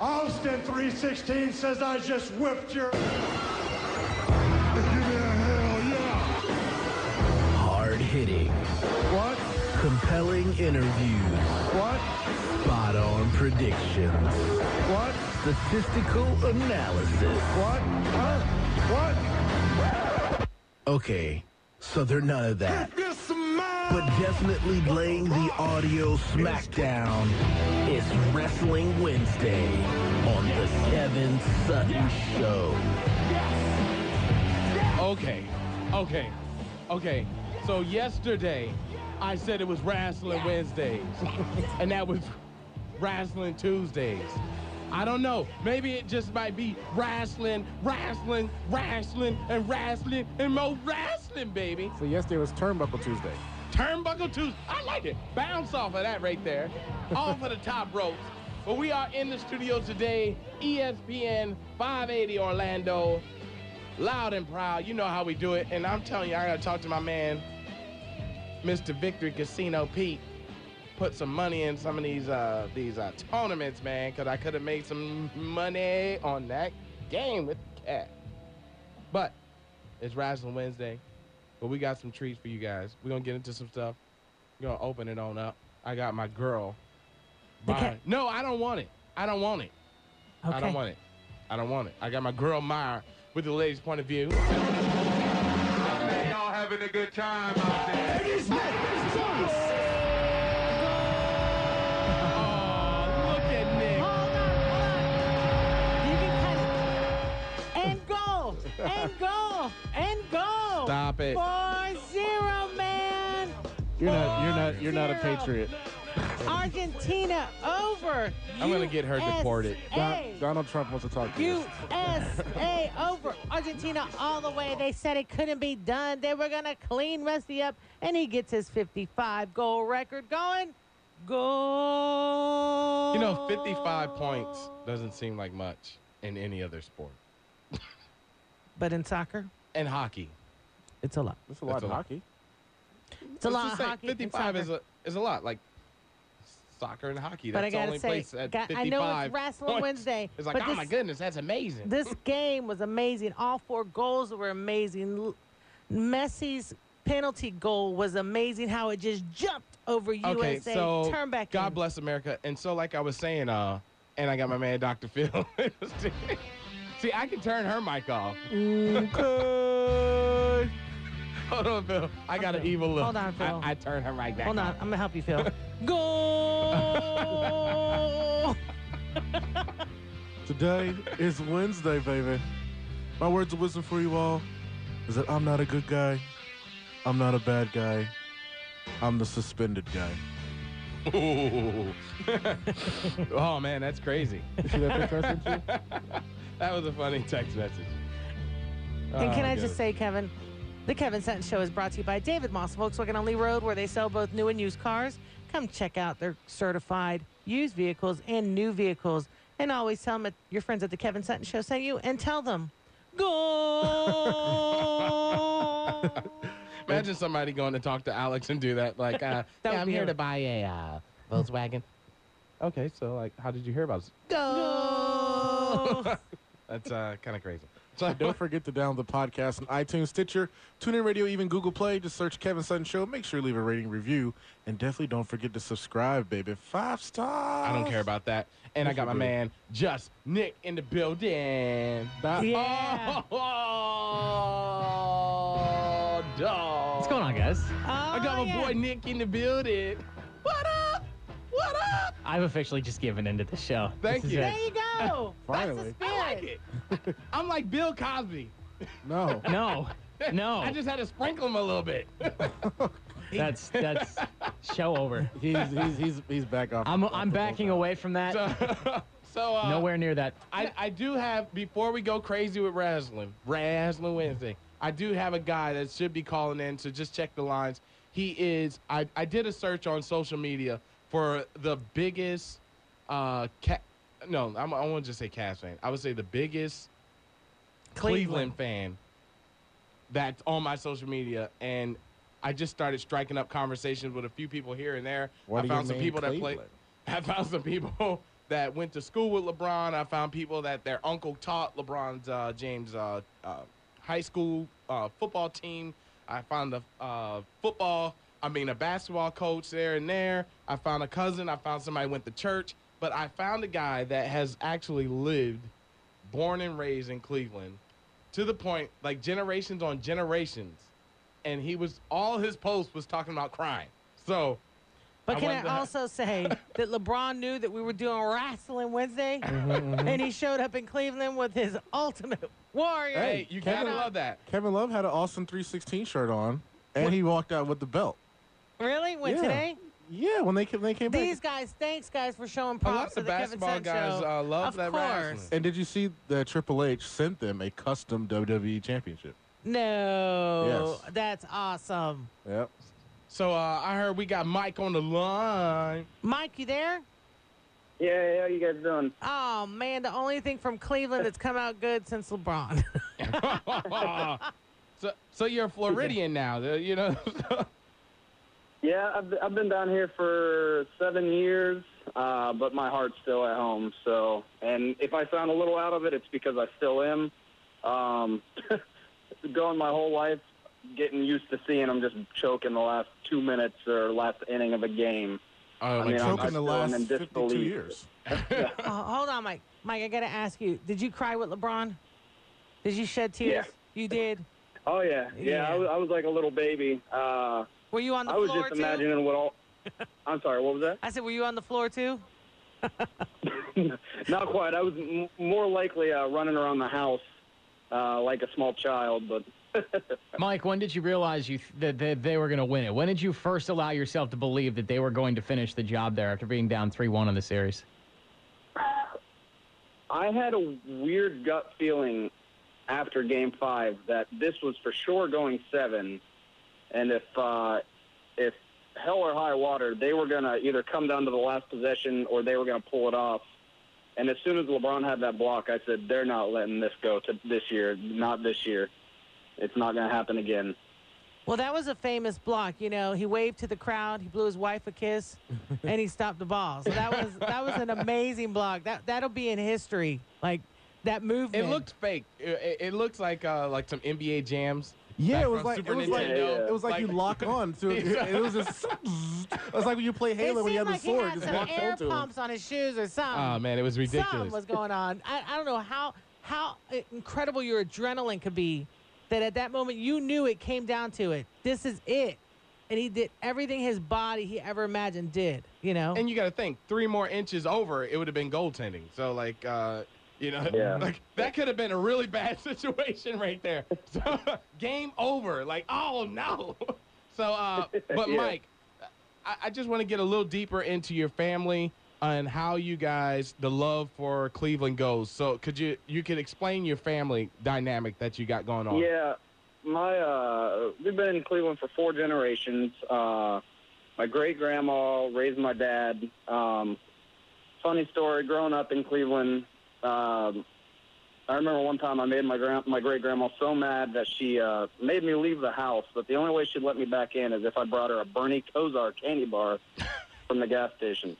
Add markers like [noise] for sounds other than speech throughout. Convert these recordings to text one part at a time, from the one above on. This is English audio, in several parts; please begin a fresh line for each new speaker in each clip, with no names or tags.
Austin 316 says I just whipped your. Give me a hell yeah.
Hard hitting,
What?
compelling interviews,
What?
spot on predictions,
What?
statistical analysis.
What? Huh?
Okay, so they're none of that.
What? This man.
But definitely laying the audio smackdown. It's Wrestling Wednesday on the Kevin Sutton Show.
Okay, okay, okay. So yesterday, I said it was Wrestling
[laughs]
Wednesdays, and that was Wrestling Tuesdays. I don't know. Maybe it just might be wrestling, wrestling, wrestling, and wrestling, and more wrestling, baby.
So yesterday was Turnbuckle Tuesday.
Turnbuckle Tuesday. I like it. Bounce off of that right
[laughs]
there. off of the top ropes. But we are in the studio today, E ESPN 580 Orlando. Loud and proud. You know how we do it. And I'm telling you, I gotta talk to my man, Mr. Victory Casino Pete. Put some money in some of these uh these uh tournaments, man, cause I could have made some money on that game with the cat. But it's Wrestling Wednesday. But we got some treats for you guys. We're gonna get into some stuff. We're gonna open it on up. I got my girl.
The
Myra-
cat-
No, I don't want it. I don't want it.
Okay.
I don't want it. I don't want it. I got my girl Myra with the ladies' point of view.
Y'all having a good time out there.
Oh, look at Nick.
Hold on, hold on. You can cut it. And go,
[laughs]
and go, and go.
Stop it.
Four zero, man.
You're not. You're not. You're not a
Zero.
patriot.
Argentina over.
I'm gonna get her deported.
USA.
Don, Donald Trump wants to talk to you.
USA over Argentina all the way. They said it couldn't be done. They were going to clean Rusty up, and he gets his 55 goal record going. Goal.
You know, 55 points doesn't seem like much in any other sport.
But in soccer,
And hockey.
it's a lot.
That's a lot
That's
of
a lot.
hockey.
It's
It's
a lot
the
of
same.
hockey. and
55 is
soccer.
a, is a lot. Like soccer and hockey.
But
That's
I gotta
the only
say,
place at
got-
55
I know it's Wrestling
points.
Wednesday,
It's like,
but
oh
this-
my goodness, that's amazing.
This game was amazing. All four goals were amazing. L- Messi's penalty goal was amazing. How it just jumped over
okay,
USA.
so
Turn back.
God
in.
bless America. And so, like I was saying, uh, and I got my man Dr. Phil. [laughs] See, I can turn her mic off.
Mm,
[laughs] Okay. Hold on, Phil. I got an evil look.
Hold on, Phil.
I, I turned her mic back.
Hold on, I'm gonna help you, Phil. Goal.
Today is Wednesday, baby. My words of wisdom for you all is that I'm not a good guy. I'm not a bad guy. I'm the suspended guy.
Ooh. [laughs] oh man, that's crazy.
You see that picture I sent you?
[laughs] That was a funny text message.
And can
Oh,
I
goodness.
just say, Kevin, the Kevin Sutton Show is brought to you by David Moss Volkswagen on Lee Road, where they sell both new and used cars. Come check out their certified used vehicles and new vehicles. And always tell them that your friends at the Kevin Sutton Show sent you and tell them,
[laughs]
go.
Imagine somebody going to talk to Alex and do that. Like, uh,
[laughs] That
"Yeah,
would
I'm
be
here
her.
to buy a uh, Volkswagen. okay, so like, how did you hear about us?
go.
That's uh, kind of crazy. So,
[laughs] Don't forget to download the podcast on iTunes, Stitcher, TuneIn Radio, even Google Play. Just search Kevin Sutton Show. Make sure you leave a rating review. And definitely don't forget to subscribe, baby. Five stars.
I don't care about that. And I
Yes,
got
you
my
do.
man, Just Nick, in the building.
that.
Yeah.
[laughs] Oh, dog. What's
What's going on, guys?
[laughs] I got
Oh,
my
yeah.
boy Nick in the building. What up? What up?
I've officially just given into the show.
Thank
This is
you.
There you go.
Finally.
That's
I
the
like
spirit.
it. I'm like Bill Cosby.
No.
[laughs]
it. No, no,
I just had to sprinkle him a little bit.
[laughs]
that's
[laughs]
that's show over.
He's, he's, he's, he's back off.
I'm
off
I'm
the
backing
profile.
away from that.
So, [laughs] so uh,
Nowhere near that.
I, I do have before we go crazy with wrestling, wrestling Wednesday. I do have a guy that should be calling in to just check the lines. He is. I, I did a search on social media for the biggest, uh, cat. No, I'm, I want to just say Cavs fan. I would say the biggest Cleveland fan that's on my social media, and I just started striking up conversations with a few people here and there.
Why
I
do you
found some
name
people that play.
Cleveland?
I found some people [laughs] that went to school with LeBron. I found people that their uncle taught LeBron's uh, James uh, uh, high school uh, football team. I found a uh, football, I mean, a basketball coach there and there. I found a cousin. I found somebody went to church. But I found a guy that has actually lived, born and raised in Cleveland, to the point like generations on generations. And he was, all his posts was talking about crying. So,
But
I
can
wanted to
I
ha- [laughs]
also say that LeBron knew that we were doing wrestling Wednesday,
Mm-hmm,
and he showed up in Cleveland with his ultimate warrior.
hey, you gotta
Kevin-
love that.
Kevin Love had an Austin 316 shirt on, and he walked out with the belt.
Really? When
Yeah.
today?
Yeah, when they came, they came
These
back.
guys, thanks guys for showing
A lot
props
of
to the
the basketball
Kevin Sun
guys,
Show.
uh, love
of
that
course.
wrestling.
And did you see that Triple H sent them a custom WWE championship?
No,
Yes.
that's awesome.
Yep.
So uh, I heard we got Mike on the line.
Mike, you there?
Yeah, how you guys doing?
Oh man, the only thing from Cleveland that's come out good since LeBron. [laughs]
so, so you're a Floridian now, uh, you know?
Yeah, I've, be- I've been down here for seven years, uh, but my heart's still at home. So, and if I sound a little out of it, it's because I still am. Um, [laughs] going my whole life, getting used to seeing them just choke in the last two minutes or last inning of a game.
Oh,
I mean, I'm-
Choking the
I'm still in
last 52
disbelief.
years.
oh, hold on, Mike. Mike, I gotta ask you, did you cry with LeBron? Did you shed tears? You did.
Oh yeah, yeah.
Yeah.
I, was, I was like a little baby. Uh,
Were you on the
I was
floor
just
too?
imagining what all. [laughs] I'm sorry. What was that?
I said, were you on the floor too?
Not quite. I was m- more likely uh, running around the house uh, like a small child, but
Mike, when did you realize you th- that, that they were going to win it? When did you first allow yourself to believe that they were going to finish the job there after being down 3 1 in the series?
I had a weird gut feeling after Game Five that this was for sure going seven, and if uh, if hell or high water, they were gonna either come down to the last possession or they were gonna pull it off. And as soon as LeBron had that block, I said, "They're not letting this go to this year. Not this year. It's not gonna happen again."
Well, that was a famous block. You know, he waved to the crowd, he blew his wife
[laughs]
a kiss, and he stopped the ball. So that was that was an amazing block. That that'll be in history. Like that
it
movement.
looked fake. It, it- it looks like uh, like some NBA jams.
Yeah,
back
it was
from
like
Super
it was like
Nintendo.
it was like, you lock
[laughs]
on to it. It was just [laughs] it was like when you play
It
Halo when you
seemed
have the sword,
like he had
just
some
locked
air
onto him.
pumps on his shoes or something.
Oh man, it was
Something
ridiculous.
was going on. I, I don't know how how incredible your adrenaline could be that at that moment you knew it came down to it. This is it. And he did everything his body he ever imagined did, you know?
and you got to think, three more inches over, it would have been goaltending. So like, uh, you know,
Yeah.
[laughs] like that could have been a really bad [laughs] situation right there. So [laughs] game over. Like, oh no. [laughs] So, uh, but
Yeah.
Mike, I, I just want to get a little deeper into your family and how you guys the love for Cleveland goes. So could you you could explain your family dynamic that you got going on?
Yeah, my uh, we've been in Cleveland for four generations. Uh, my great grandma raised my dad. Um, funny story. Growing up in Cleveland, um, I remember one time I made my grand my great grandma so mad that she uh, made me leave the house. But the only way she'd let me back in is if I brought her a Bernie Kosar
[laughs]
candy bar from the gas station.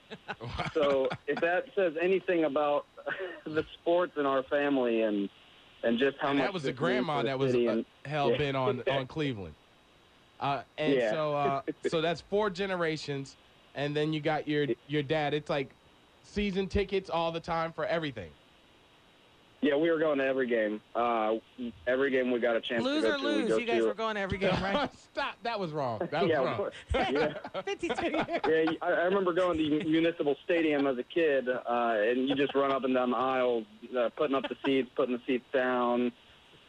so if that says anything about [laughs] the sports in our family and and just how
and
much
that was the
this means
grandma
for the
that was
city
uh,
and-
hell
Yeah.
bent on on Cleveland. Uh, and
Yeah.
so uh, so that's four generations, and then you got your your dad. It's like season tickets all the time for everything.
Yeah, we were going to every game. Uh, every game we got a chance
lose
to
or
go to. we go
lose, you guys
to.
were going to every game, right?
[laughs] Stop. That was wrong. That was
yeah, of
wrong.
course. [laughs]
[laughs]
yeah,
52 years.
yeah. I, I remember going to Municipal Stadium as a kid, uh, and you just run up and down the aisles, uh, putting up the seats, putting the seats down.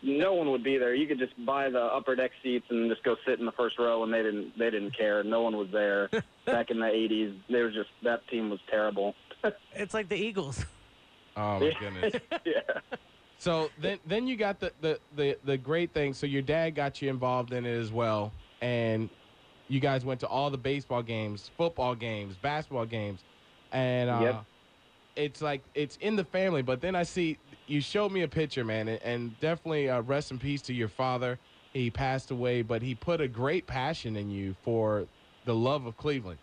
No one would be there. You could just buy the upper deck seats and just go sit in the first row, and they didn't. They didn't care. No one was
[laughs]
there. Back in the '80s, they were just that team was
[laughs]
terrible.
It's like the Eagles.
Oh my goodness.
Yeah.
So then then you got the, the the the great thing. So your dad got you involved in it as well, and you guys went to all the baseball games, football games, basketball games, and uh,
Yep.
it's like it's in the family. But then I see you showed me a picture, man, and, and definitely uh, rest in peace to your father. He passed away, but he put a great passion in you for the love of Cleveland,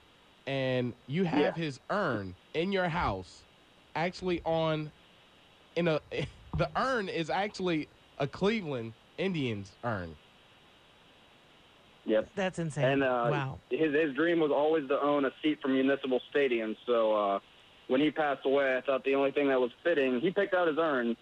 and you have
Yeah.
his urn in your house actually on in a [laughs] the urn is actually a Cleveland Indians urn.
Yep.
That's insane.
And uh,
wow.
his his dream was always to own a seat from Municipal Stadium. So uh, when he passed away, I thought the only thing that was fitting, he picked out his urn,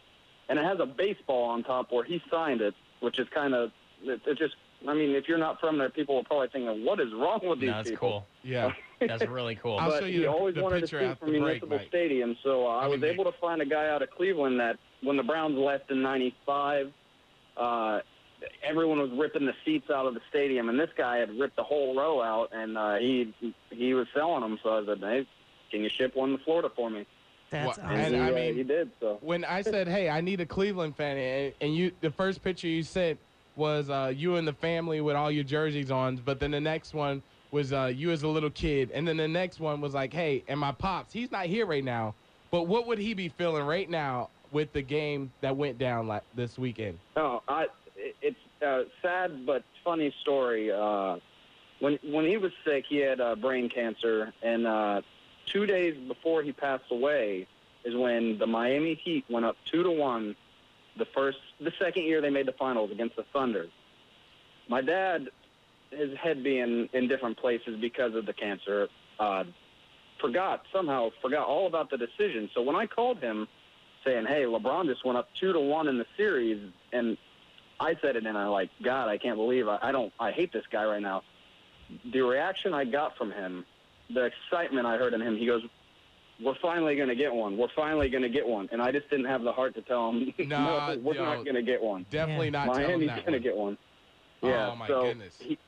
and it has a baseball on top where he signed it, which is kind of it, it just. I mean, if you're not from there, people will probably think, "What is wrong with these
No, that's
people?"
cool.
Yeah.
That's really
[laughs]
cool.
I'll
but
show you
he
the-
always
the
wanted
picture
to shoot
after
from
the break,
Municipal
Mike.
Stadium. So uh, I,
I
was
mean, they-
able to find a guy out of Cleveland that when the Browns left in '95, uh, everyone was ripping the seats out of the stadium, and this guy had ripped the whole row out, and uh, he he was selling them. So I said, "Hey, can you ship one to Florida for me?"
That's
Wha-
awesome.
And
he,
I
uh,
mean-
he did. So
[laughs] When I said, "Hey, I need a Cleveland fan," and, and you, the first picture you sent was uh, you and the family with all your jerseys on, but then the next one was uh, you as a little kid, and then the next one was like, "Hey, and my pops, he's not here right now, but what would he be feeling right now with the game that went down like this weekend?"
No, I. it- It's a sad but funny story. Uh, when when he was sick, he had uh, brain cancer, and uh, two days before he passed away is when the Miami Heat went up two to one. The first, the second year they made the finals against the Thunder. My dad, his head being in different places because of the cancer, uh, forgot somehow forgot all about the decision. So when I called him saying, "Hey, LeBron just went up two to one in the series," and I said it, and I like, God, I can't believe I, I don't, I hate this guy right now. The reaction I got from him, the excitement I heard in him, he goes, "We're finally gonna get one. We're finally gonna get one," and I just didn't have the heart to tell him, [laughs]
Nah,
"No, we're
yo,
not gonna get one."
Definitely
Yeah.
not telling
Miami's
that.
gonna
one.
get one.
Oh,
Yeah,
my
so
goodness.
He,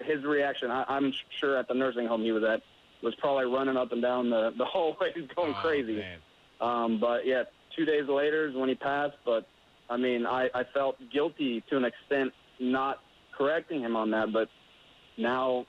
his reaction, I, I'm sure at the nursing home he was at, was probably running up and down the, [laughs] the hallways going
Oh,
crazy.
man.
Um, but yeah, two days later is when he passed. But I mean, I, I felt guilty to an extent not correcting him on that. But now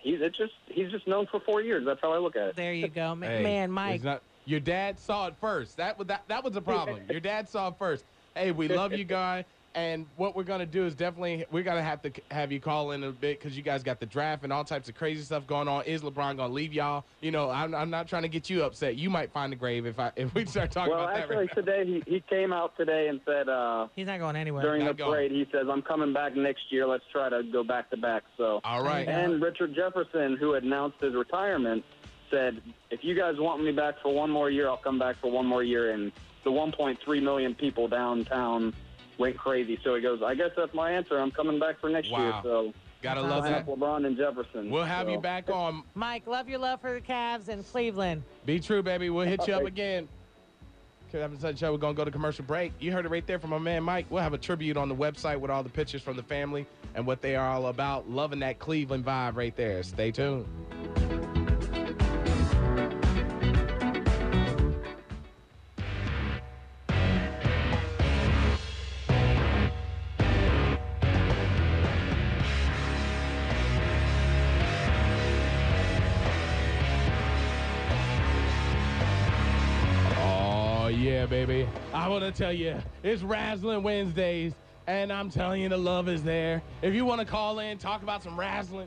he's it just he's just known for four years. That's how I look at it.
there you go. Ma-
Hey,
Man,
it's
Mike.
not- your dad saw it first. That was that, that was
[laughs]
a problem. your dad saw it first. Hey, we love you, guy. And what we're gonna do is definitely we're gonna have to c- have you call in a bit because you guys got the draft and all types of crazy stuff going on. Is LeBron gonna leave y'all? You know, I'm, I'm not trying to get you upset. You might find a grave if I if we start talking
Well,
about that.
actually,
Right now.
today he, he came out today and said uh,
He's not going anywhere.
during the
not going.
parade he says I'm coming back next year. Let's try to go back to back. So
All right.
And Richard Jefferson, who announced his retirement, said, "If you guys want me back for one more year, I'll come back for one more year." And the 1.3 million people downtown went crazy. So he goes, "I guess that's my answer. I'm coming back for next
Wow.
year." So
Gotta
line
love that.
up LeBron and Jefferson.
We'll have
So-
you back on.
Mike, love your love for the Cavs and Cleveland.
Be true, baby. We'll hit you up
Okay.
again. Kevin Sutton Show, we're going to go to commercial break. You heard it right there from my man Mike. We'll have a tribute on the website with all the pictures from the family and what they are all about. Loving that Cleveland vibe right there. Stay tuned. Oh, yeah, baby. I want to tell you, it's Razzling Wednesdays, and I'm telling you, the love is there. If you want to call in, talk about some razzling,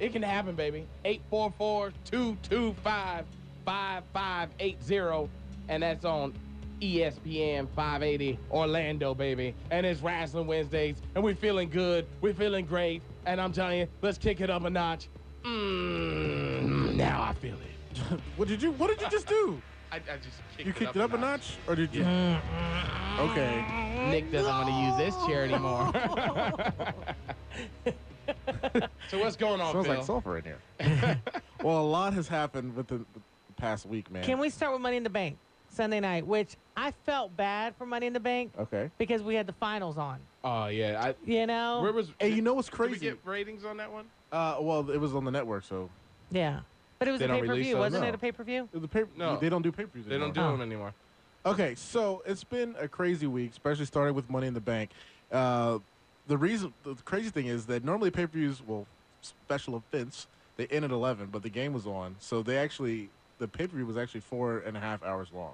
it can happen, baby. 844 225 5580, and that's on E ESPN 580 Orlando, baby. And it's Razzling Wednesdays, and we're feeling good, we're feeling great, and I'm telling you, let's kick it up a notch. Mmm, now I feel it.
What did you What did you just do?
I, I just kicked
You kicked it up a notch, or did you? Okay.
Nick doesn't want to use this chair
[laughs]
anymore. so what's going on,
Smells
Phil?
like sulfur in here.
[laughs]
[laughs] well, a lot has happened within the past week, man.
Can we start with Money in the Bank Sunday night, which I felt bad for Money in the Bank
Okay.
because we had the finals on.
Oh yeah,
You
I,
know?
where was?
Hey, you know what's
did we
crazy?
get ratings on that one?
Uh, well, it was on the network, so
yeah. But it was
They
a
don't
pay per
release
view,
those?
wasn't
No.
it a pay per view?
the pay-
No.
they don't do pay per views.
They don't do
Huh.
them anymore.
Okay, so it's been a crazy week, especially starting with Money in the Bank. Uh, the reason, the crazy thing is that normally pay per views, well, special events, they end at 11, but the game was on. So they actually, the pay per view was actually four and a half hours long,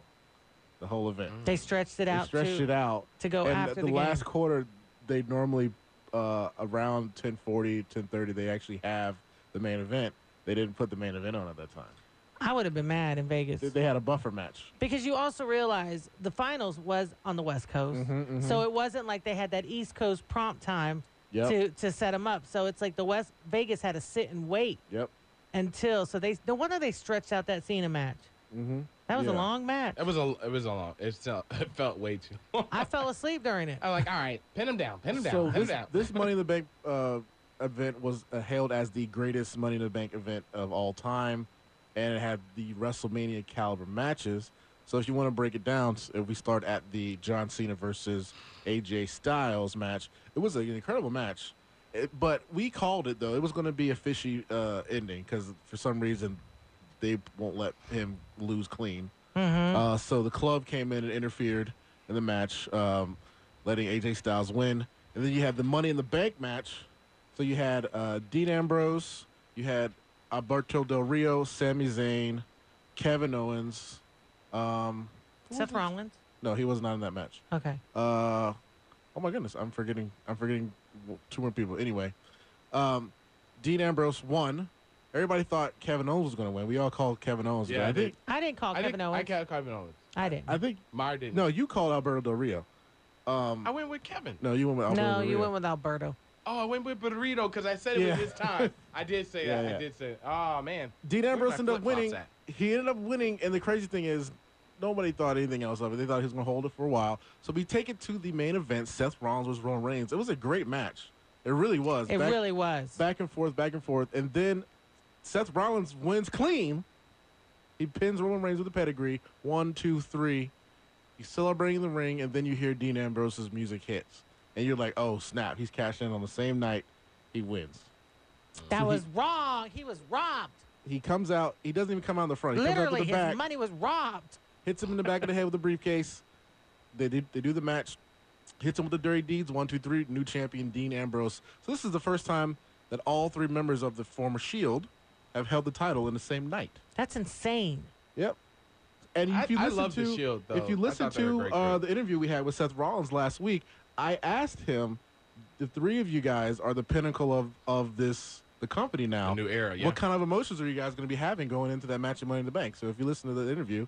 the whole
Mm.
event.
They stretched it
They
out.
stretched
to,
it out.
to go
and
after
the,
the game.
last quarter, they normally, uh, around 1040, 1030, they actually have the main event. They didn't put the main event on at that time.
I would have been mad in Vegas.
They- They had a buffer match.
Because you also realize the finals was on the West Coast.
Mm-hmm,
So it wasn't like they had that East Coast prompt time
Yep.
to, to set them up. So it's like the West Vegas had to sit and wait
Yep.
until. So they no wonder they stretched out that Cena match. That was a
Mm-hmm. Yeah.
long match.
It was a it was a long. It felt, [laughs] it felt way too long.
I fell asleep during it.
I was like, all right, pin him down, pin him down,
So
pin
this,
him down.
this Money in the Bank uh, event was uh, hailed as the greatest Money in the Bank event of all time, and it had the WrestleMania caliber matches. So if you want to break it down, s- if we start at the John Cena versus AJ Styles match, it was an incredible match. It- but we called it though; it was going to be a fishy uh, ending because for some reason they won't let him lose clean. Uh, so the club came in and interfered in the match, um, letting AJ Styles win. And then you had the Money in the Bank match. So you had uh, Dean Ambrose, you had Alberto Del Rio, Sami Zayn, Kevin Owens. Um,
Seth Rollins.
no, he was not in that match.
Okay.
Uh, oh my goodness, I'm forgetting. I'm forgetting w- two more people. Anyway, um, Dean Ambrose won. Everybody thought Kevin Owens was going to win. We all called Kevin Owens.
Yeah,
but
I
I
did.
think.
I didn't call
I
Kevin
think,
Owens.
I called Kevin Owens.
I didn't.
I think
Meyer didn't.
no, you called Alberto Del Rio.
I went with Kevin.
No, you went with Alberto
no,
Del
you
Rio.
went with Alberto.
Oh, I went with Burrito because I said it
Yeah.
was his
[laughs]
time. I did say
Yeah,
that.
yeah.
I did say. Oh man,
Dean
Where's
Ambrose
my
ended up
flip-flops
winning.
at?
He ended up winning, and the crazy thing is, nobody thought anything else of it. They thought he was going to hold it for a while. So we take it to the main event. Seth Rollins was Roman Reigns. It was a great match. It really was.
It
Back-
really was.
back and forth, back and forth, and then Seth Rollins wins clean. He pins Roman Reigns with a pedigree. One, two, three. He's celebrating in the ring, and then you hear Dean Ambrose's music hits, and you're like, "Oh snap! He's cashing in on the same night. He wins."
that was wrong. He was robbed.
He comes out. He doesn't even come out in the front. He comes out
Literally,
with
his
the back,
money was robbed.
hits him in the back of the head with a briefcase. They do, they do the match. Hits him with the dirty deeds. One, two, three. New champion Dean Ambrose. So this is the first time that all three members of the former Shield E have held the title in the same night.
That's insane.
Yep. And
I-
if you
I
listen
love
to
the Shield, though.
if you
I
listen
thought they were
to
a great
uh,
group.
the interview we had with Seth Rollins last week, I asked him, the three of you guys are the pinnacle of of this the company now.
The new era, yeah.
What kind of emotions are you guys going to be having going into that match at Money in the Bank? So if you listen to the interview,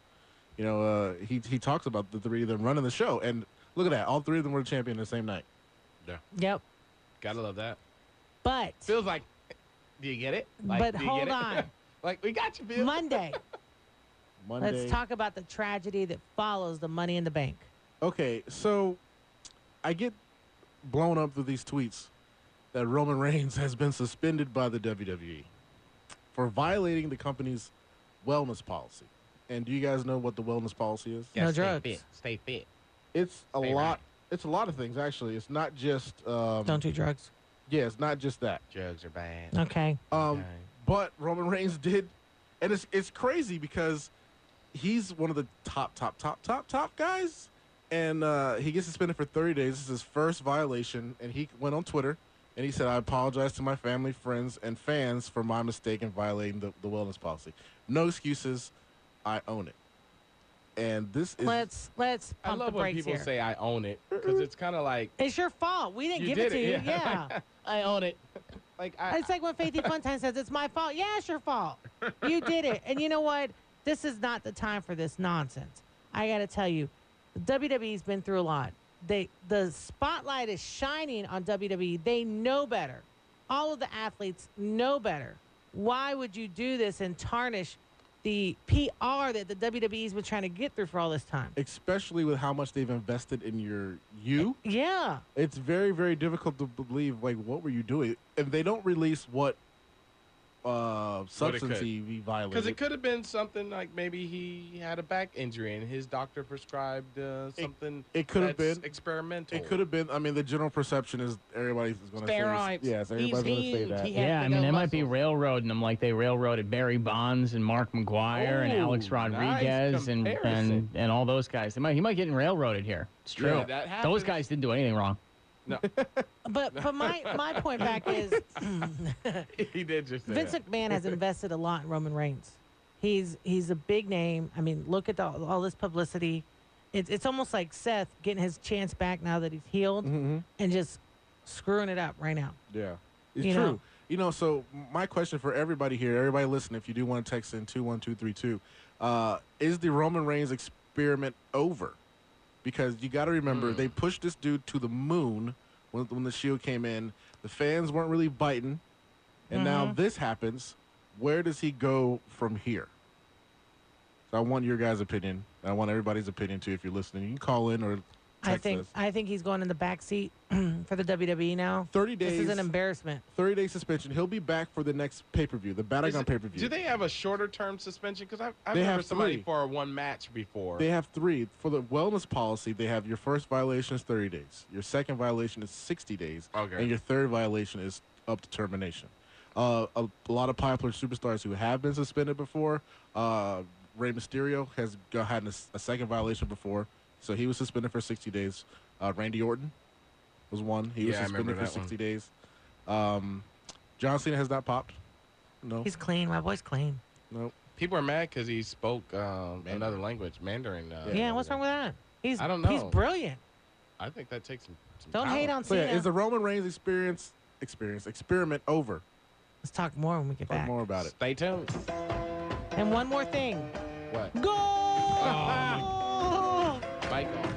you know uh, he he talks about the three of them running the show, and look at that, all three of them were the champion the same night.
Yep.
gotta love that.
But
Feels like. Do you get it? Like,
But
do you
hold
get it?
on.
[laughs] like we got you, Bill.
Monday,
Monday.
let's talk about the tragedy that follows the money in the bank.
Okay, so I get blown up with these tweets that Roman Reigns has been suspended by the WWE for violating the company's wellness policy. And do you guys know what the wellness policy is?
No drugs.
Stay fit.
It's a
Stay right.
lot. It's a lot of things actually. It's not just. Um,
Don't do drugs.
yeah, it's not just that.
Drugs are bad.
Okay.
Um,
Okay.
But Roman Reigns did, and it's it's crazy because he's one of the top, top, top, top, top guys, and uh, he gets suspended for 30 days. This is his first violation, and he went on Twitter and he said, "I apologize to my family, friends, and fans for my mistake in violating the, the wellness policy. No excuses. I own it." And this is
Let's let's
I
pump the
love when
brakes
people
here.
say I own it because it's kind of like
it's your fault. We didn't
you
give
did
it to you.
it.
Yeah.
[laughs] I own it. Like I,
It's like when Faithy Funtime says, "It's my fault." Yeah, it's your fault. You did it, and you know what? This is not the time for this nonsense. I got to tell you, WWE's been through a lot. They the spotlight is shining on WWE. They know better. All of the athletes know better. Why would you do this and tarnish the PR that the WWE's been trying to get through for all this time?
especially with how much they've invested in your you.
Yeah,
it's very very difficult to believe like what were you doing if they don't release what uh substance
could.
he he
because
violated
it could have been something like maybe he had a back injury and his doctor prescribed uh, something.
it could have
that's
been.
experimental.
it could have been i mean the general perception is everybody's going to say
Steroids.
yes everybody's going to say that
Yeah, I mean, they might be railroading them like they railroaded Barry Bonds and Mark McGuire and
Ooh,
Alex
nice
Rodriguez and, and
comparison.
and all those guys. They might he might get railroaded here. It's true.
Yeah, that
those
happens.
guys didn't do anything wrong.
but but my my point back is.
he did just say
Vince
that.
McMahon has invested a lot in Roman Reigns. He's he's a big name. I mean, look at the, all this publicity. It's it's almost like Seth getting his chance
Mm-hmm.
back now that he's healed and just screwing it up right now.
yeah it's
You
true
know,
you You know, so my question for everybody here, everybody listen, if you do want to text in 21232, uh, is the Roman Reigns experiment over? Because you got to remember,
Hmm.
they pushed this dude to the moon when, when the Shield came in. The fans weren't really biting. And now
Mm-hmm.
this happens. Where does he go from here? So I want your guys' opinion. I want everybody's opinion too. If you're listening, you can call in or text
I think
us.
I think he's going in the back seat [clears throat] for the WWE now.
30
This is
days.
an embarrassment.
30 day suspension. He'll be back for the next pay per view, the
Is
Battleground
it-
pay per view.
Do they have a shorter term suspension? Because I've, I've
They
remember
have
somebody
three.
for one match before.
They have three. For the wellness policy, they have your first violation is 30 days, your second violation is 60 days,
Okay.
and your third violation is up to termination. Uh, a, a lot of popular superstars who have been suspended before, uh, Rey Mysterio has go- had a, s- a second violation before, so he was suspended for 60 days. Uh, Randy Orton was one. He was
Yeah, I remember
suspended for
that one.
60 days. Um, John Cena has not popped. No,
He's clean. My boy's clean.
no.
People are mad because he spoke um, another language, Mandarin. Uh,
Yeah, what's wrong with that? He's
I don't
He's
know.
brilliant.
I think that takes some. some
Don't hate
talent.
on
So
Cena.
yeah, is the Roman Reigns experience experience experiment over?
Let's talk more when we get
Talk
back.
more about it.
Stay [laughs] tuned.
And one more thing.
What?
Oh,
Goal!
Bike off.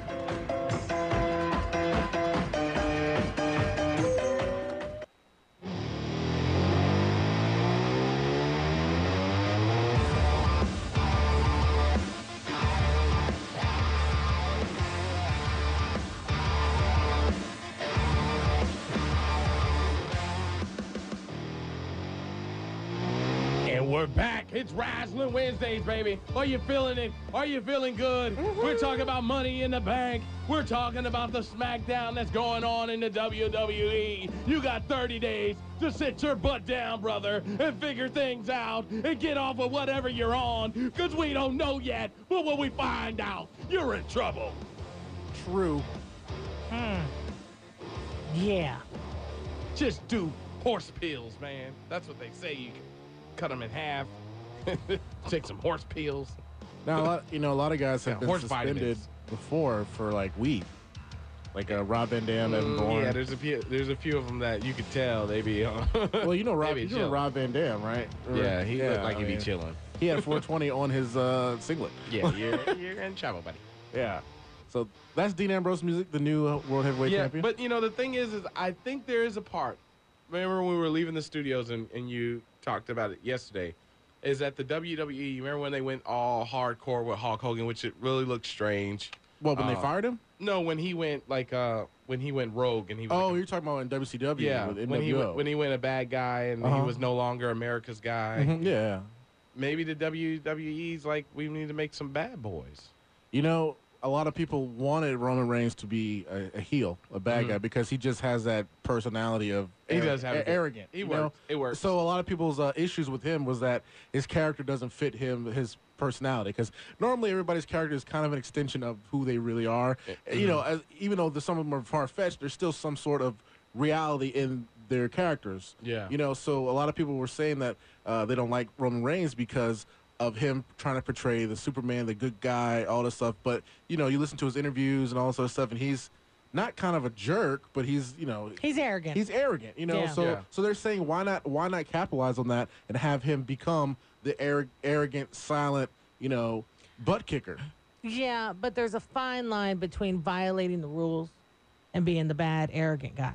And we're back. It's Wrestling Wednesdays, baby. Are you feeling it? Are you feeling good? We're talking about money in the bank. We're talking about the SmackDown that's going on in the WWE. You got 30 days to sit your butt down, brother, and figure things out and get off of whatever you're on because we don't know yet. But when we find out, you're in trouble.
True.
Yeah.
Just do horse pills, man. That's what they say. You can cut them in half, [laughs] take some horse pills.
Now, a lot, you know, a lot of guys have
Yeah,
been
horse
suspended
vitamins.
before for like weed, like uh, Rob Van Dam, Evan
Mm,
Bourne.
Yeah, there's a few. There's a few of them that you could tell they be. Uh, [laughs]
well, you know Rob,
Maybe
you know
chill.
Rob Van Dam, right? Or-
yeah, he looked like
I
he'd be
mean,
chilling.
He had 420 on his uh, singlet.
Yeah, you're, you're in trouble, buddy.
Yeah. So that's Dean Ambrose music, the new uh, world heavyweight
yeah,
champion.
but you know the thing is, is I think there is a part. Remember when we were leaving the studios and, and you talked about it yesterday, is that the WWE? You remember when they went all hardcore with Hulk Hogan, which it really looked strange.
well, when they
uh,
fired him?
No, when he went like uh when he went rogue and he was like,
Oh,
a
you're talking about in WCW
yeah
with
when he
NWO.
went, when he went a bad guy and he
Uh-huh.
was no longer America's guy.
Mhm, yeah.
maybe the WWE's like we need to make some bad boys.
You know, a lot of people wanted Roman Reigns to be a, a heel, a bad guy, because he just has that personality of
Mm-hmm. He
arro-
does have
a-
it.
arrogant.
He
you
works.
know?
It works.
So a lot of people's uh, issues with him was that his character doesn't fit him, his personality. Because normally everybody's character is kind of an extension of who they really are. You know, as, even though the, some of them are far fetched, there's still some sort of reality in their characters.
Yeah.
You know, so a lot of people were saying that uh, they don't like Roman Reigns because of him trying to portray the Superman, the good guy, all this stuff. But you know, you listen to his interviews and all this other stuff, and he's not kind of a jerk, but he's you know
He's arrogant.
he's arrogant you know
Yeah.
so
Yeah.
so they're saying why not why not capitalize on that and have him become the arro- arrogant silent you know butt kicker
yeah, but there's a fine line between violating the rules and being the bad, arrogant guy.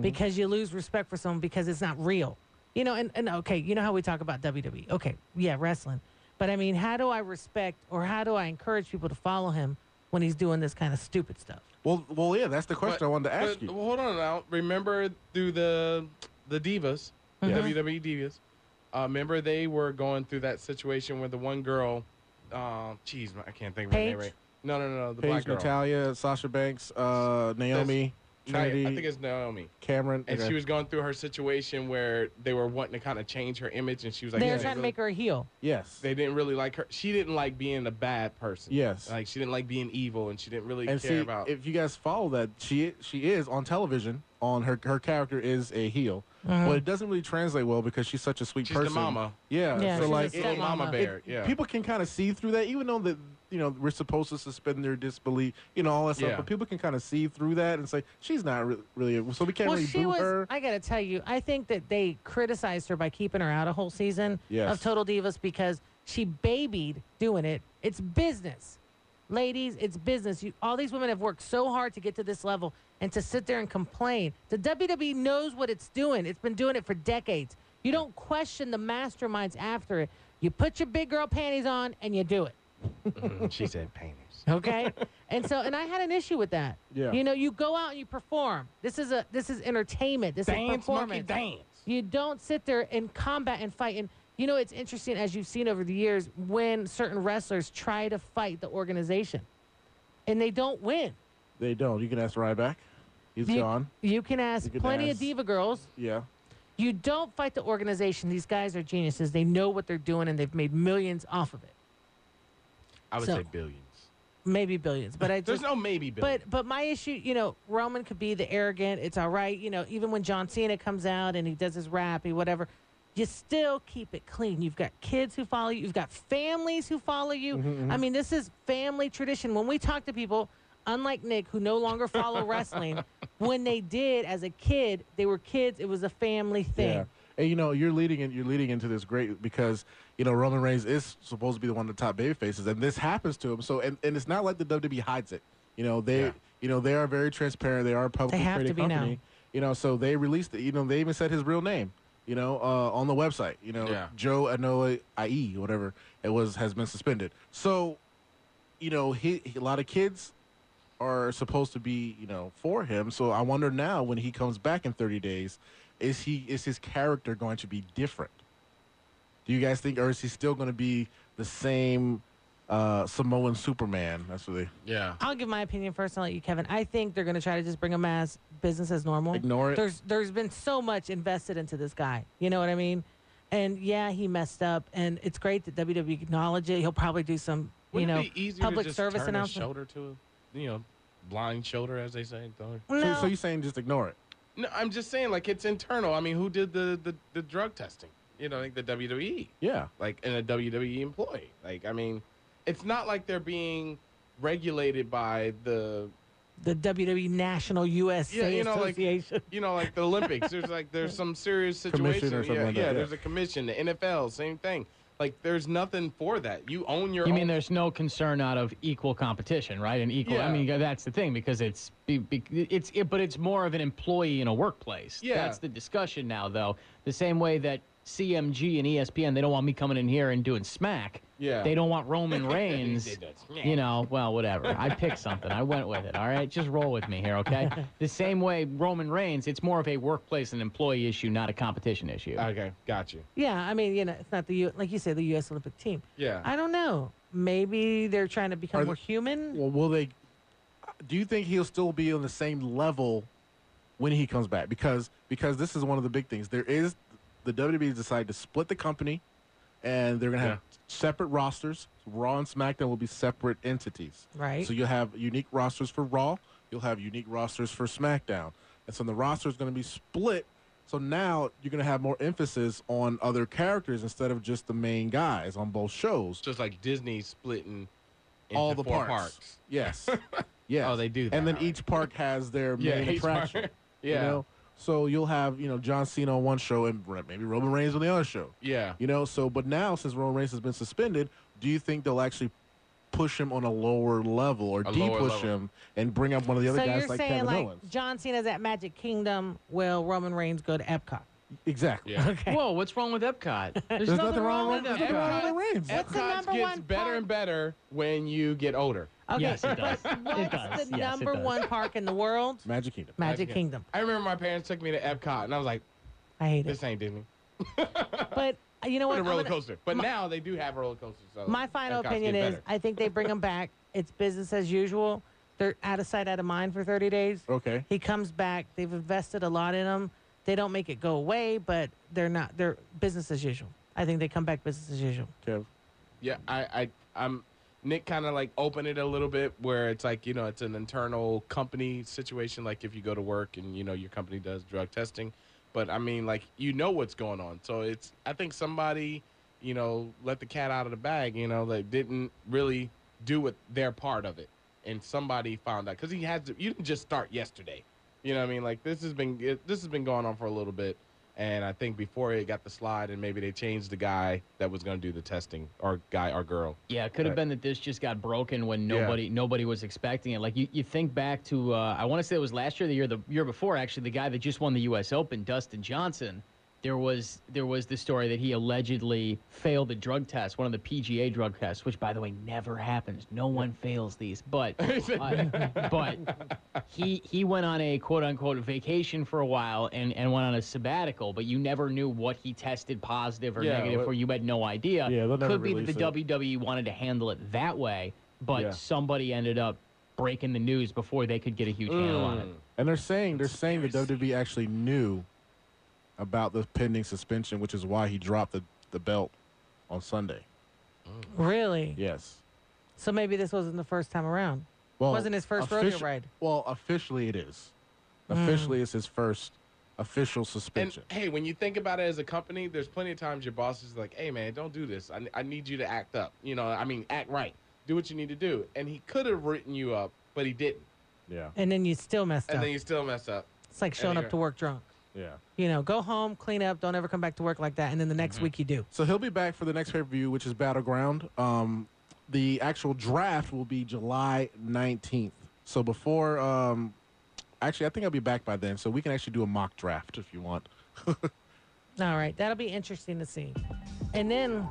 Because you lose respect for someone because it's not real. You know, and, and okay, you know how we talk about WWE. Okay, yeah, wrestling. But I mean, how do I respect or how do I encourage people to follow him when he's doing this kind of stupid stuff?
well well yeah that's the question i wanted to ask
but-
you
Hold on now. Remember through the the divas,
Yeah.
WWE divas. Uh, remember they were going through that situation where the one girl, uh, geez, I can't think of her name
Paige?
right. No, no, no, no, the black
paige
girl.
natalia sasha banks uh naomi
Na-
trinity
I think it's Naomi.
cameron
And
okay.
she was going through her situation where they were wanting to kind of change her image, and she was like,
They're
yeah,
trying to
really-
make her a heel.
yes
They didn't really like her. She didn't like being a bad person.
Yes.
Like she didn't like being evil, and she didn't really
and
care
see
about.
if you guys follow that she she is on television on her her character is a heel
Mm-hmm.
but it doesn't really translate well because she's such a sweet
She's the
person
mama.
yeah,
Yeah,
so
she's a
like
step-
little mama
Stepmama.
bear.
it-
yeah.
people can kind of see through that, even though the you know, we're supposed to suspend their disbelief, you know, all that stuff.
Yeah.
But people can kind of see through that and say she's not re- really. So we can't
well,
really
she
boo
was.
her.
I gotta tell you, I think that they criticized her by keeping her out a whole season
Yes.
of Total Divas because she babied doing it. It's business, ladies. It's business. You, all these women have worked so hard to get to this level, and to sit there and complain. The WWE knows what it's doing. It's been doing it for decades. You don't question the masterminds after it. You put your big girl panties on and you do it.
she said painters.
okay and so and i had an issue with that
Yeah.
you know you go out and you perform this is a this is entertainment this is
Dance, monkey,
performance
dance.
you don't sit there and combat and fight and you know it's interesting as you've seen over the years when certain wrestlers try to fight the organization and they don't win
They don't. You can ask Ryback. He's
you,
gone.
you can ask
You can
plenty
ask-
of diva girls
Yeah.
you don't fight the organization these guys are geniuses they know what they're doing and they've made millions off of it
I would
So-
say billions.
maybe billions but i
There's
just
no maybe billions.
But but my issue, you know, Roman could be the arrogant. It's all right, you know. Even when John Cena comes out and he does his rap, he whatever, you still keep it clean. You've got kids who follow you. You've got families who follow you. I mean, this is family tradition. When we talk to people, unlike Nick, who no longer follow wrestling, when they did as a kid, they were kids. It was a family thing.
Yeah. And you know, you're leading in, you're leading into this great because you know Roman Reigns is supposed to be the one of the top baby faces, and this happens to him. So and, and it's not like the WWE hides it. You know they
Yeah.
you know they are very transparent. They are a publicly
have to
traded
be now.
company. You know, so they released it. You know, they even said his real name. You know, uh, on the website. You know,
Yeah.
Joe Anoa IE, whatever it was, has been suspended. So, you know, he, he- a lot of kids are supposed to be, you know, for him. So I wonder now when he comes back in 30 days, is he is his character going to be different? Do you guys think, or is he still going to be the same uh, Samoan Superman? That's what they
yeah.
I'll give my opinion first and I'll let you, Kevin. I think they're going to try to just bring him as business as normal.
Ignore it.
There's there's been so much invested into this guy. You know what I mean? And yeah, he messed up, and it's great that WWE acknowledge it. He'll probably do some,
Wouldn't
you know,
it be easier
public
to just
service
turn his
announcement.
shoulder to him? You know, blind shoulder, as they say. Don't-
No,
So, so you're saying just ignore it?
No, I'm just saying, like it's internal. I mean, who did the the, the drug testing? You know, like the WWE,
Yeah.
like and a WWE employee. Like, I mean, it's not like they're being regulated by the
the WWE National USA
Yeah, you know, like-
Association. [laughs]
you know, like the Olympics. there's like there's some serious
Commission or
situation.
something
yeah,
like that,
yeah,
yeah.
there's a commission. The NFL, same thing. Like, there's nothing for that. You own your.
You
own
mean there's no concern out of equal competition, right? And equal.
Yeah.
I mean, that's the thing because it's be, be, it's it, but it's more of an employee in a workplace.
Yeah.
That's the discussion now, though. The same way that CMG and E ESPN, they don't want me coming in here and doing smack.
Yeah.
They don't want Roman Reigns.
did that smack.
you know, well, whatever. I picked something. I went with it. All right, just roll with me here, okay? the same way Roman Reigns, it's more of a workplace and employee issue, not a competition issue.
Okay, got you.
yeah, I mean, you know, it's not the U, like you say, the U.S. Olympic team.
Yeah.
I don't know. Maybe they're trying to become
Are-
more human.
Well, will they? Do you think he'll still be on the same level when he comes back? Because because this is one of the big things. There is the WWE decided to split the company, and they're going to have separate rosters. Raw and SmackDown will be separate entities.
Right.
So you'll have unique rosters for Raw. You'll have unique rosters for SmackDown, and so the roster is going to be split. So now you're going to have more emphasis on other characters instead of just the main guys on both shows.
It's just like Disney splitting into
all the
four
parks. Yes. [laughs] yes.
Oh, they do that,
And then
all
each park has their
Yeah,
main
each
attraction.
park.
[laughs] You
Yeah.
know? So you'll have you know John Cena on one show and r- maybe Roman Reigns on the other show.
Yeah.
You know. So but now since Roman Reigns has been suspended, do you think they'll actually push him on a lower level or
A
de
lower
push
level.
him and bring up one of the other
so
guys
you're
like
saying
Kevin
like
Owens?
John Cena's at Magic Kingdom, will Roman Reigns go to Epcot?
Exactly. [laughs]
Yeah.
Whoa, what's wrong with Epcot? There's,
nothing wrong with
Epcot.
Epcot. Roman Reigns.
What's the
Epcot
number
gets
one
better
park?
and better when you get older.
Okay.
Yes,
[laughs]
it does.
what's- What's
It does.
the
Yes, it
number
does.
one park in the world?
Magic Kingdom.
Magic Kingdom.
I remember my parents took me to Epcot, and I was like,
I hate it.
"This ain't Disney."
But uh, you know what?
What a
I'm
roller
gonna-
coaster! But now they do have roller coasters. So
My final
Epcot's
opinion
getting
is
better.
I think they bring him back. It's business as usual. They're out of sight, out of mind for 30 days.
Okay.
He comes back. They've invested a lot in him. They don't make it go away, but they're not. They're business as usual. I think they come back business as usual.
Kev.
yeah, I, I, I'm. Nick kind of like opened it a little bit where it's like you know it's an internal company situation. Like if you go to work and you know your company does drug testing, but I mean like you know what's going on. So it's I think somebody you know let the cat out of the bag. You know they didn't really do what their part of it. And somebody found out because he had to. You didn't just start yesterday. You know what I mean? Like this has been it, this has been going on for a little bit. And I think before it got the slide, and maybe they changed the guy that was going to do the testing, or guy or girl.
Yeah, it could have
Right.
been that this just got broken when nobody nobody was expecting it. Like you, you think back to uh, I want to say it was last year, the year the year before actually, the guy that just won the U.S. Open, Dustin Johnson. There was there was the story that he allegedly failed a drug test, one of the PGA drug tests, which by the way never happens. No one fails these,
[laughs]
but uh, but he he went on a quote unquote vacation for a while and and went on a sabbatical, but you never knew what he tested positive or
Yeah,
negative
what-
for. You had no idea.
Yeah, they'll never
Could be that the
release it.
WWE wanted to handle it that way, but
Yeah.
somebody ended up breaking the news before they could get a huge handle on it.
And they're saying they're saying the WWE E actually knew about the pending suspension, which is why he dropped the, the belt on Sunday.
Really?
Yes.
So maybe this wasn't the first time around.
Well,
Wasn't his first rodeo
offici-
ride. Hmm.
Well, officially it is. Officially, it's his first official suspension.
And hey, when you think about it as a company, there's plenty of times your boss is like, "Hey, man, don't do this. I, I need you to act up. You know, I mean, act right. Do what you need to do." And he could have written you up, but he didn't.
yeah,
And then you still messed
And
up.
then you still mess up.
it's like showing
and
up
you're-
to work drunk.
yeah.
You know, go home, clean up, don't ever come back to work like that. And then the next
Mm-hmm.
week you do.
So he'll be back for the next pay per view, which is Battleground. Um, the actual draft will be July 19th. So before, um, actually, I think I'll be back by then, so we can actually do a mock draft if you want.
All right. That'll be interesting to see. And then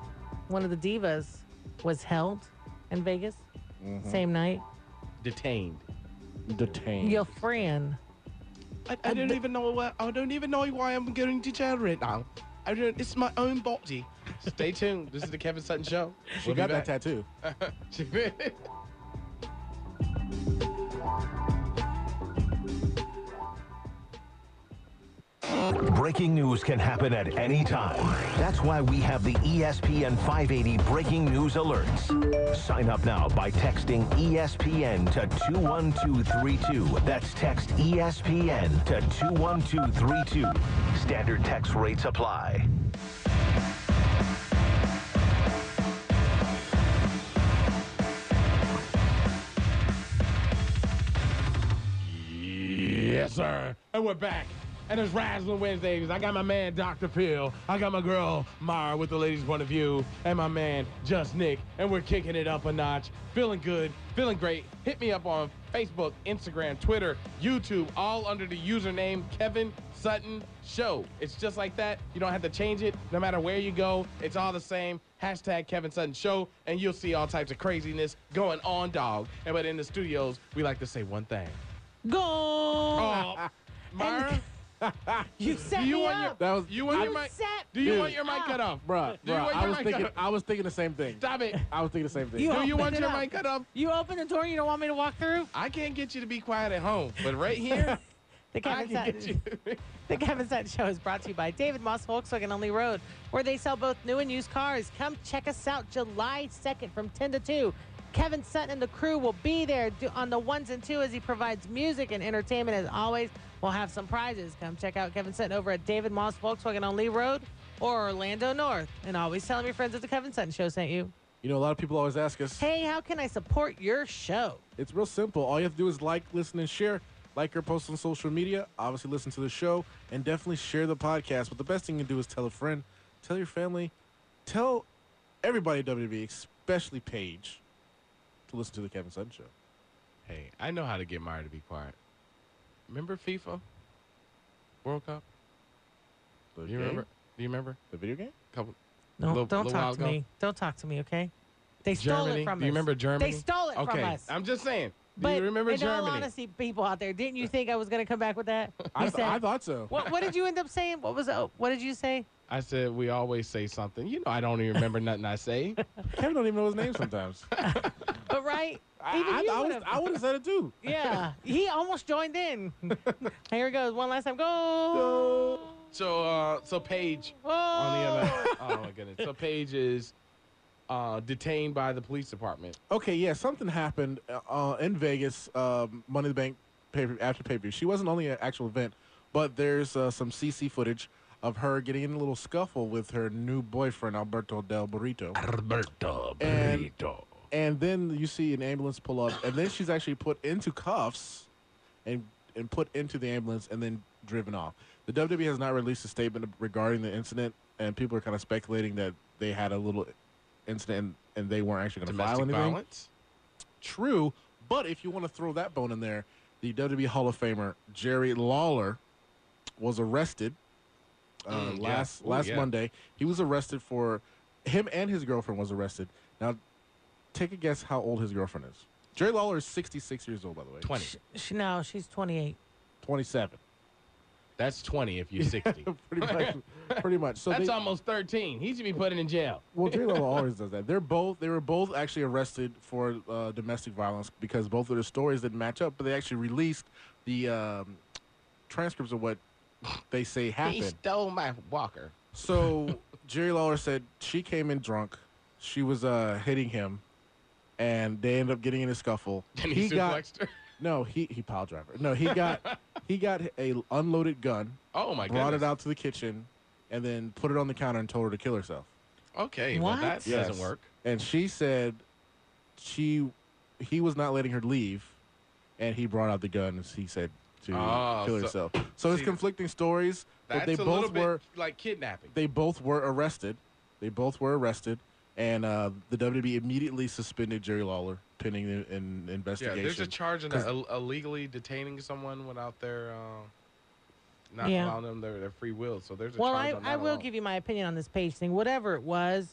one of the divas was held in Vegas same night.
Detained.
Detained.
Your friend.
I, I don't even know why. I don't even know why I'm going to jail right now. I don't. It's my own body. Stay tuned. This is the Kevin Sutton [laughs] Show.
She
We'll
got
be
that
back.
tattoo.
[laughs]
Breaking news can happen at any time. That's why we have the E ESPN 580 breaking news alerts. Sign up now by texting E ESPN to 21232. That's text E ESPN to 21232. Standard text rates apply.
Yes, sir. And we're back. And it's Razzling Wednesdays. I got my man, Dr. Phil. I got my girl, Mara, with the ladies' point of view. And my man, Just Nick. And we're kicking it up a notch. Feeling good, feeling great. Hit me up on Facebook, Instagram, Twitter, YouTube, all under the username Kevin Sutton Show. It's just like that. You don't have to change it. No matter where you go, it's all the same. Hashtag Kevin Sutton Show. And you'll see all types of craziness going on, dog. And but in the studios, we like to say one thing.
Go.
Oh, Myra,
you set
do you
me
want your
up.
That was
you want
I-
your
You
mic?
set
Do you
me
want your mic
up.
cut off,
Bruh,
Do you
bruh,
want
I
your
was
mic
thinking,
cut off?
I was thinking the same thing.
Stop it!
I was thinking the same thing.
You
Do you
opened
want
it
your
up.
mic cut off?
You open the door and you don't want me to walk
[laughs]
through?
I can't get you to be quiet at home, but right
[laughs]
here, I
The Kevin
can
Sutton
get you. [laughs]
The Kevin Sutton Show is brought to you by David Moss Volkswagen Only Road, where they sell both new and used cars. Come check us out July 2nd from 10 to 2. Kevin Sutton and the crew will be there do- on the ones and two as he provides music and entertainment. As always, we'll have some prizes. Come check out Kevin Sutton over at David Moss Volkswagen Only Road or Orlando North. And always tell them your friends at the Kevin Sutton Show sent you.
You know, a lot of people always ask us.
Hey, how can I support your show?
It's real simple. All you have to do is like, listen, and share. Like or post on social media. Obviously, listen to the show and definitely share the podcast. But the best thing you can do is tell a friend, tell your family, tell everybody at WWE, especially Paige, to listen to the Kevin Sutton Show.
hey, I know how to get Myra to be quiet. Remember FIFA World Cup?
The
Do you
game?
remember? Do you remember?
the video game?
Couple.
No,
Little-
don't
little
talk
while
to
ago.
me. Don't talk to me, okay? They stole
Germany?
it from us.
Do you remember Germany?
They stole it
okay.
from us.
I'm just saying.
But
do you remember
in all
Germany?
honesty, people out there, didn't you think I was going to come back with that? You
Uh, I,
said,
I thought so.
what, what did you end up saying? What was oh, what did you say?
I said we always say something. You know, I don't even remember nothing I say.
Kevin don't even know his name sometimes. I,
But right,
[laughs]
even
I,
you
I, was,
would've-
I would have said it too.
yeah, he almost
[laughs]
joined in. Here it goes, one last time. Go.
So, uh, so Paige.
Whoa.
on the other. [laughs] Oh my goodness. So Paige is uh, detained by the police department.
Okay, yeah, something happened uh, in Vegas. Um, Money in the Bank pay after pay per view. She wasn't only an actual event, but there's uh, some CC footage of her getting in a little scuffle with her new boyfriend Alberto Del Burrito.
Alberto
And- and then you see an ambulance pull up, and then she's actually put into cuffs, and and put into the ambulance, and then driven off. The WWE has not released a statement regarding the incident, and people are kind of speculating that they had a little incident and, and they weren't actually going to file
Domestic
anything.
violence?
True, but if you want to throw that bone in there, the WWE Hall of Famer Jerry Lawler was arrested uh,
Mm, yeah.
last
Ooh,
last
yeah.
Monday. He was arrested for him and his girlfriend was arrested. Now, take a guess how old his girlfriend is. Jerry Lawler is 66 years old, by the way.
20.
She, no, she's 28.
27.
That's 20 if you're 60.
[laughs] Pretty
[laughs]
much. pretty much. So
That's
they,
almost 13. He should be put in jail.
Well, Jerry
[laughs]
Lawler always does that. They're both. They were both actually arrested for uh, domestic violence because both of their stories didn't match up. But they actually released the um, transcripts of what they say
He
happened.
stole my walker.
So Jerry Lawler said she came in drunk. She was uh, hitting him, and they ended up getting in
[laughs]
a scuffle.
And he
[laughs]
got
suplexed her?
no. He he pile driver. No, he
[laughs]
got he got a unloaded gun,
Oh, my
brought
goodness.
it out to the kitchen, and then put it on the counter and told her to kill herself.
Okay,
What?
well, that
Yes.
doesn't work.
And she said she he was not letting her leave, and he brought out the gun and he said to
Oh,
kill
so-
herself. So it's
see,
conflicting stories,
That's
but they
a little
both were
bit like kidnapping.
they both were arrested. They both were arrested, and uh, the WWE immediately suspended Jerry Lawler pending an, an
yeah,
investigation.
there's a charge in that
'Cause-
Ill- illegally detaining someone without their, uh, not
Yeah.
allowing them their, their free will. So there's a
Well,
charge
I,
on that
I will
alone.
give you my opinion on this page thing. Whatever it was,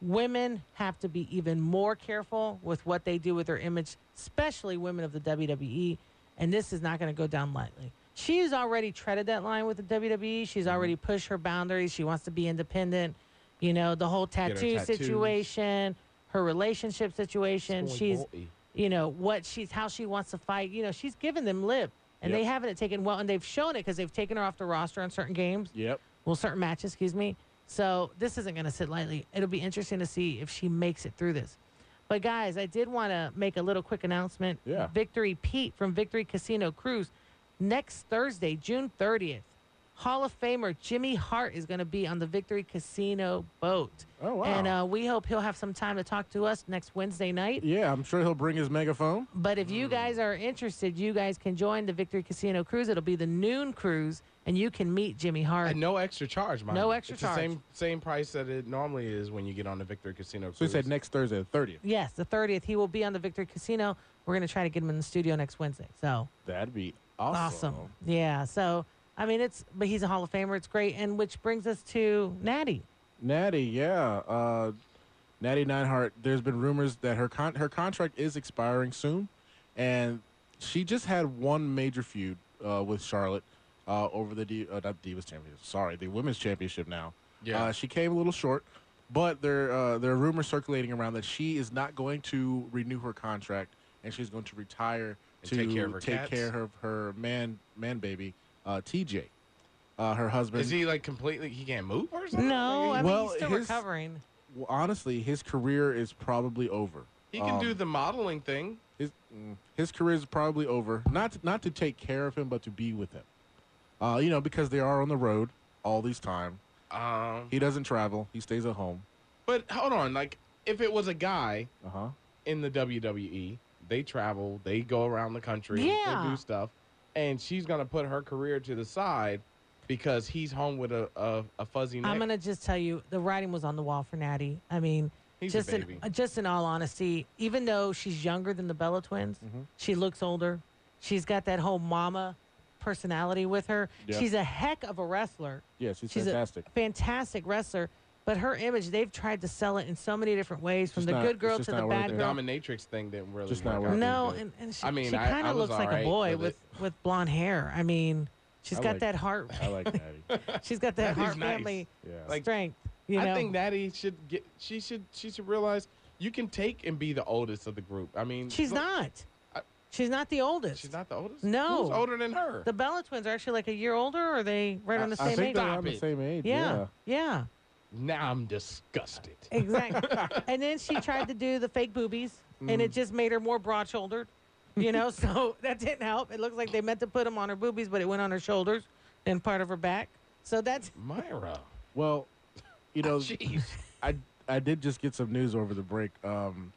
women have to be even more careful with what they do with their image, especially women of the WWE. And this is not going to go down lightly. She's already treaded that line with the WWE. She's
Mm-hmm.
already pushed her boundaries. She wants to be independent. You know, the whole
her
tattoo
tattoos.
situation, her relationship situation. She's
Boy.
you know what she's how she wants to fight you know she's given them lip and they
Yep.
haven't taken well and they've shown it because they've taken her off the roster on certain games
Yep.
well certain matches excuse me so this isn't going to sit lightly it'll be interesting to see if she makes it through this but guys i did want to make a little quick announcement
Yeah.
victory pete from victory casino cruise next thursday june 30th hall of famer jimmy hart is going to be on the victory casino boat
Oh, wow.
and uh, we hope he'll have some time to talk to us next wednesday night
Yeah, I'm sure he'll bring his megaphone.
but if
Mm.
you guys are interested, you guys can join the Victory Casino Cruise. It'll be the noon cruise, and you can meet Jimmy Hart.
And no extra charge, mind
No
you.
extra
it's
charge.
The same same price that it normally is when you get on the Victor Casino.
So he
Cruise.
said next Thursday, the 30th.
Yes, the 30th, he will be on the Victory Casino. We're going to try to get him in the studio next Wednesday. So
That'd be
awesome. Yeah. So, I mean, it's, but he's a Hall of Famer. It's great. And which brings us to Natty.
Natty, yeah. Uh, Natty Neidhart, there's been rumors that her con- her contract is expiring soon, and she just had one major feud uh, with Charlotte uh, over the D- uh, not Divas Championship, sorry, the Women's Championship now.
Yeah.
Uh, she came a little short, but there, uh, there are rumors circulating around that she is not going to renew her contract, and she's going to retire
And
to
take care of her
take
cats?
care of her man, man baby, uh, TJ. Uh, her husband
Is he like completely? He can't move or something.
No,
Like,
I mean,
Well,
he's still
his-
recovering.
well, honestly, his career is probably over.
he can
Um,
do the modeling thing.
his mm, his career is probably over. Not to, not to take care of him, but to be with him. Uh, you know, because they are on the road all this time.
Um,
He doesn't travel. He stays at home.
but hold on, like if it was a guy
Uh huh.
in the WWE, they travel, they go around the country,
Yeah.
they do stuff, and she's gonna put her career to the side because he's home with a a, a fuzzy neck.
I'm going to just tell you the writing was on the wall for Natty. I mean,
He's a
just in
baby.
uh, just in all honesty, even though she's younger than the Bella twins,
Mm-hmm.
she looks older. She's got that whole mama personality with her.
Yeah.
She's a heck of a wrestler.
Yeah, she's,
She's
fantastic.
a fantastic wrestler. But her image, they've tried to sell it in so many different ways, from
Just
the
not-
good
it's
girl
just
to the
not worth
bad
it.
girl.
dominatrix thing didn't really
Just
work
not
out.
working.
No,
But-
and, and she,
I mean,
she
I-
kind
I
of
was
looks like a
alright
boy
with
with, with blonde hair. I mean, she's
I
got
like-
that heart.
I
[laughs]
like Natty.
She's got that
That is
heart
nice.
family
Yeah.
Like-
strength. You know?
I think Natty should get. She should. She should realize you can take and be the oldest of the group. I mean,
She's
look,
not.
I-
she's not the oldest.
She's not the oldest.
No.
who's older than her?
The Bella twins are actually like a year older, or are they right on the
I
same
think
age?
they're
Stop
around the
it.
same age.
Yeah, yeah,
now I'm disgusted.
[laughs] exactly. and then she tried to do the fake boobies, and it just made her more broad shouldered, you know, so [laughs] that didn't help. It looks like they meant to put them on her boobies, but it went on her shoulders and part of her back. So that's
Myra.
Well, you know,
Jeez.
I I did just get some news over the break. Um,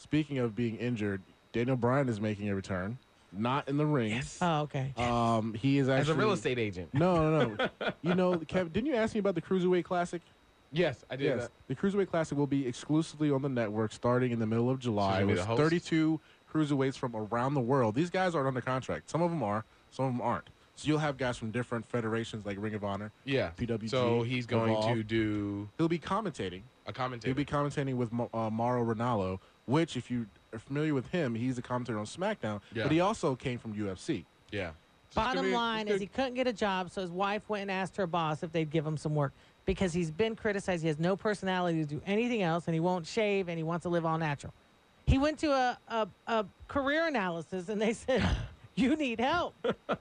Speaking of being injured, Daniel Bryan is making a return, not in the ring.
[laughs] Oh, okay.
Um, he is actually
As a real estate agent.
No, no, no. you know, Kevin, didn't you ask me about the Cruiserweight Classic?
Yes, I did.
Yes, the Cruiserweight Classic will be exclusively on the network starting in the middle of July.
gonna be
with
the host?
32 cruiserweights from around the world. These guys aren't under contract. Some of them are, some of them aren't. So you'll have guys from different federations like Ring of Honor.
that. Yeah.
PWG,
So he's going to
Evolve.
do
He'll be commentating.
a
He'll
commentary.
be commentating with Ma- uh, Mauro Ranallo, which, if you are familiar with him, he's a commentator on SmackDown.
Yeah.
But he also came from UFC.
yeah.
Bottom line is he couldn't get a job, so his wife went and asked her boss if they'd give him some work because he's been criticized. He has no personality to do anything else, and he won't shave, and he wants to live all natural. He went to a, a, a career analysis, and they [laughs] said, You need help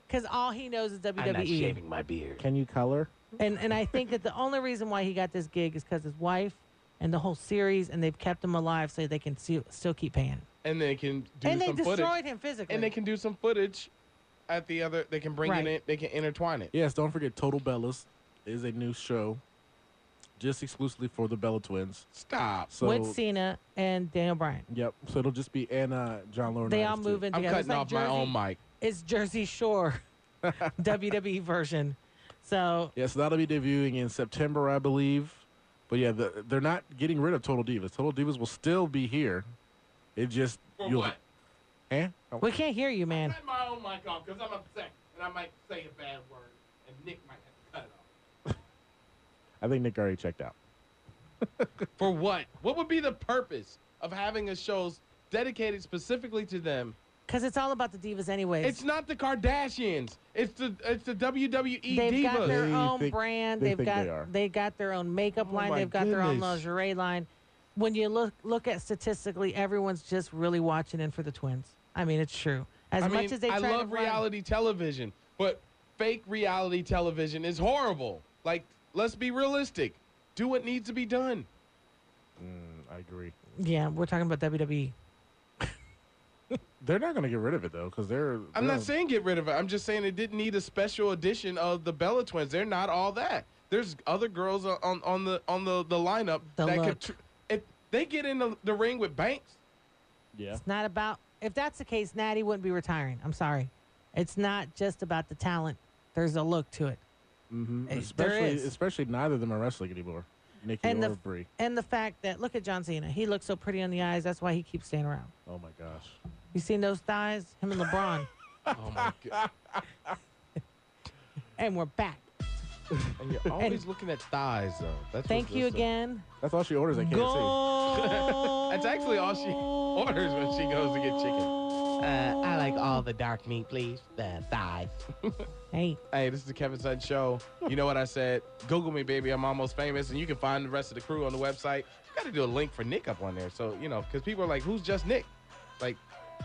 because all he knows is E. WWE.
my beard.
Can you color?
And and I think that the only reason why he got this gig is because his wife and the whole series, and they've kept him alive so they can still, still keep paying.
and they can do
and they
some
destroyed
footage.
him physically.
And they can do some footage at the other. They can bring
Right.
it in. They can intertwine it.
Yes, don't forget Total Bellas is a new show just exclusively for the Bella twins.
Stop.
So
with Cena and Daniel Bryan.
Yep. So it'll just be Anna, John Laurinaitis.
They all
too.
move in
I'm
together.
cutting
it's like
off
Jersey,
my own mic.
It's Jersey Shore, [laughs] WWE version. So
Yeah, so that'll be debuting in September, I believe. But yeah, the, they're not getting rid of Total Divas. Total Divas will still be here. It just
For
you'll
what?
Eh?
we can't hear you, man.
Cut my own mic off because I'm upset and I might say a bad word and Nick might have to cut it off.
Oh, I think Nick already checked out.
For what? What would be the purpose of having a show dedicated specifically to them?
Because it's all about the divas, anyways.
It's not the Kardashians. It's the it's the WWE
they've
E divas.
got their
They
own
think-
brand.
they
They've
think
got
they are.
got their own makeup
Oh
line.
my
They've got their own
goodness.
lingerie line. When you look look at statistically, everyone's just really watching in for the twins. I mean, it's true. As
I
much
mean,
as they
I
try to
love
run-
reality television, but fake reality television is horrible. Like, let's be realistic. Do what needs to be done.
I agree.
yeah, we're talking about E. WWE.
They're not going to get rid of it though, because they're.
I'm
they're-
not saying get rid of it. I'm just saying it didn't need a special edition of the Bella Twins. They're not all that. There's other girls on on, on the on the the lineup
The
that
look.
could. Tr- if they get in the, the ring with Banks,
Yeah.
It's not about. If that's the case, Natty wouldn't be retiring. I'm sorry. It's not just about the talent. There's a look to it.
Mm-hmm.
Eh, there
Especially,
is.
especially neither of them are wrestling anymore. Nikki
And
or
the-
Brie.
And the fact that look at John Cena. He looks so pretty on the eyes. That's why he keeps staying around.
Oh my gosh.
You seen those thighs? Him and LeBron.
[laughs] [laughs] oh my god!
and we're back.
[laughs] And you're always looking at thighs though. That's
Thank
what's-
you
that's the-
again.
That's all she orders. I can't see.
Go.
[laughs] That's actually all she orders when she goes to get chicken.
Uh, I like all the.
dark meat, please. The thighs.
Hey,
Hey, this is the Kevin Sutton Show. You know what I said? Google me, baby. I'm almost famous. And you can find the rest of the crew on the website. You got to do a link for Nick up on there. So, you know, because people are like, who's just Nick? Like,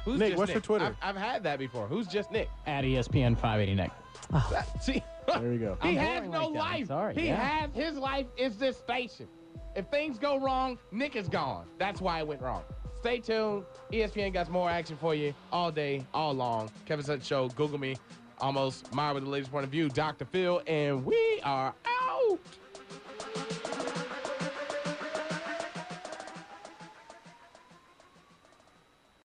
who's
Nick,
just
what's your Twitter?
I've, I've had that before. Who's just Nick?
At E ESPN 580 Nick.
Uh,
That- [laughs]
[laughs]
see,
There we go.
He
I'm
has
boring
no
like that. I'm
life.
sorry,
He
yeah.
has his life is this station. If things go wrong, Nick is gone. That's why it went wrong. Stay tuned. E ESPN got some more action for you all day, all long. Kevin Sutton Show. Google me. Almost my with the latest point of view. Dr. Phil, and we are out.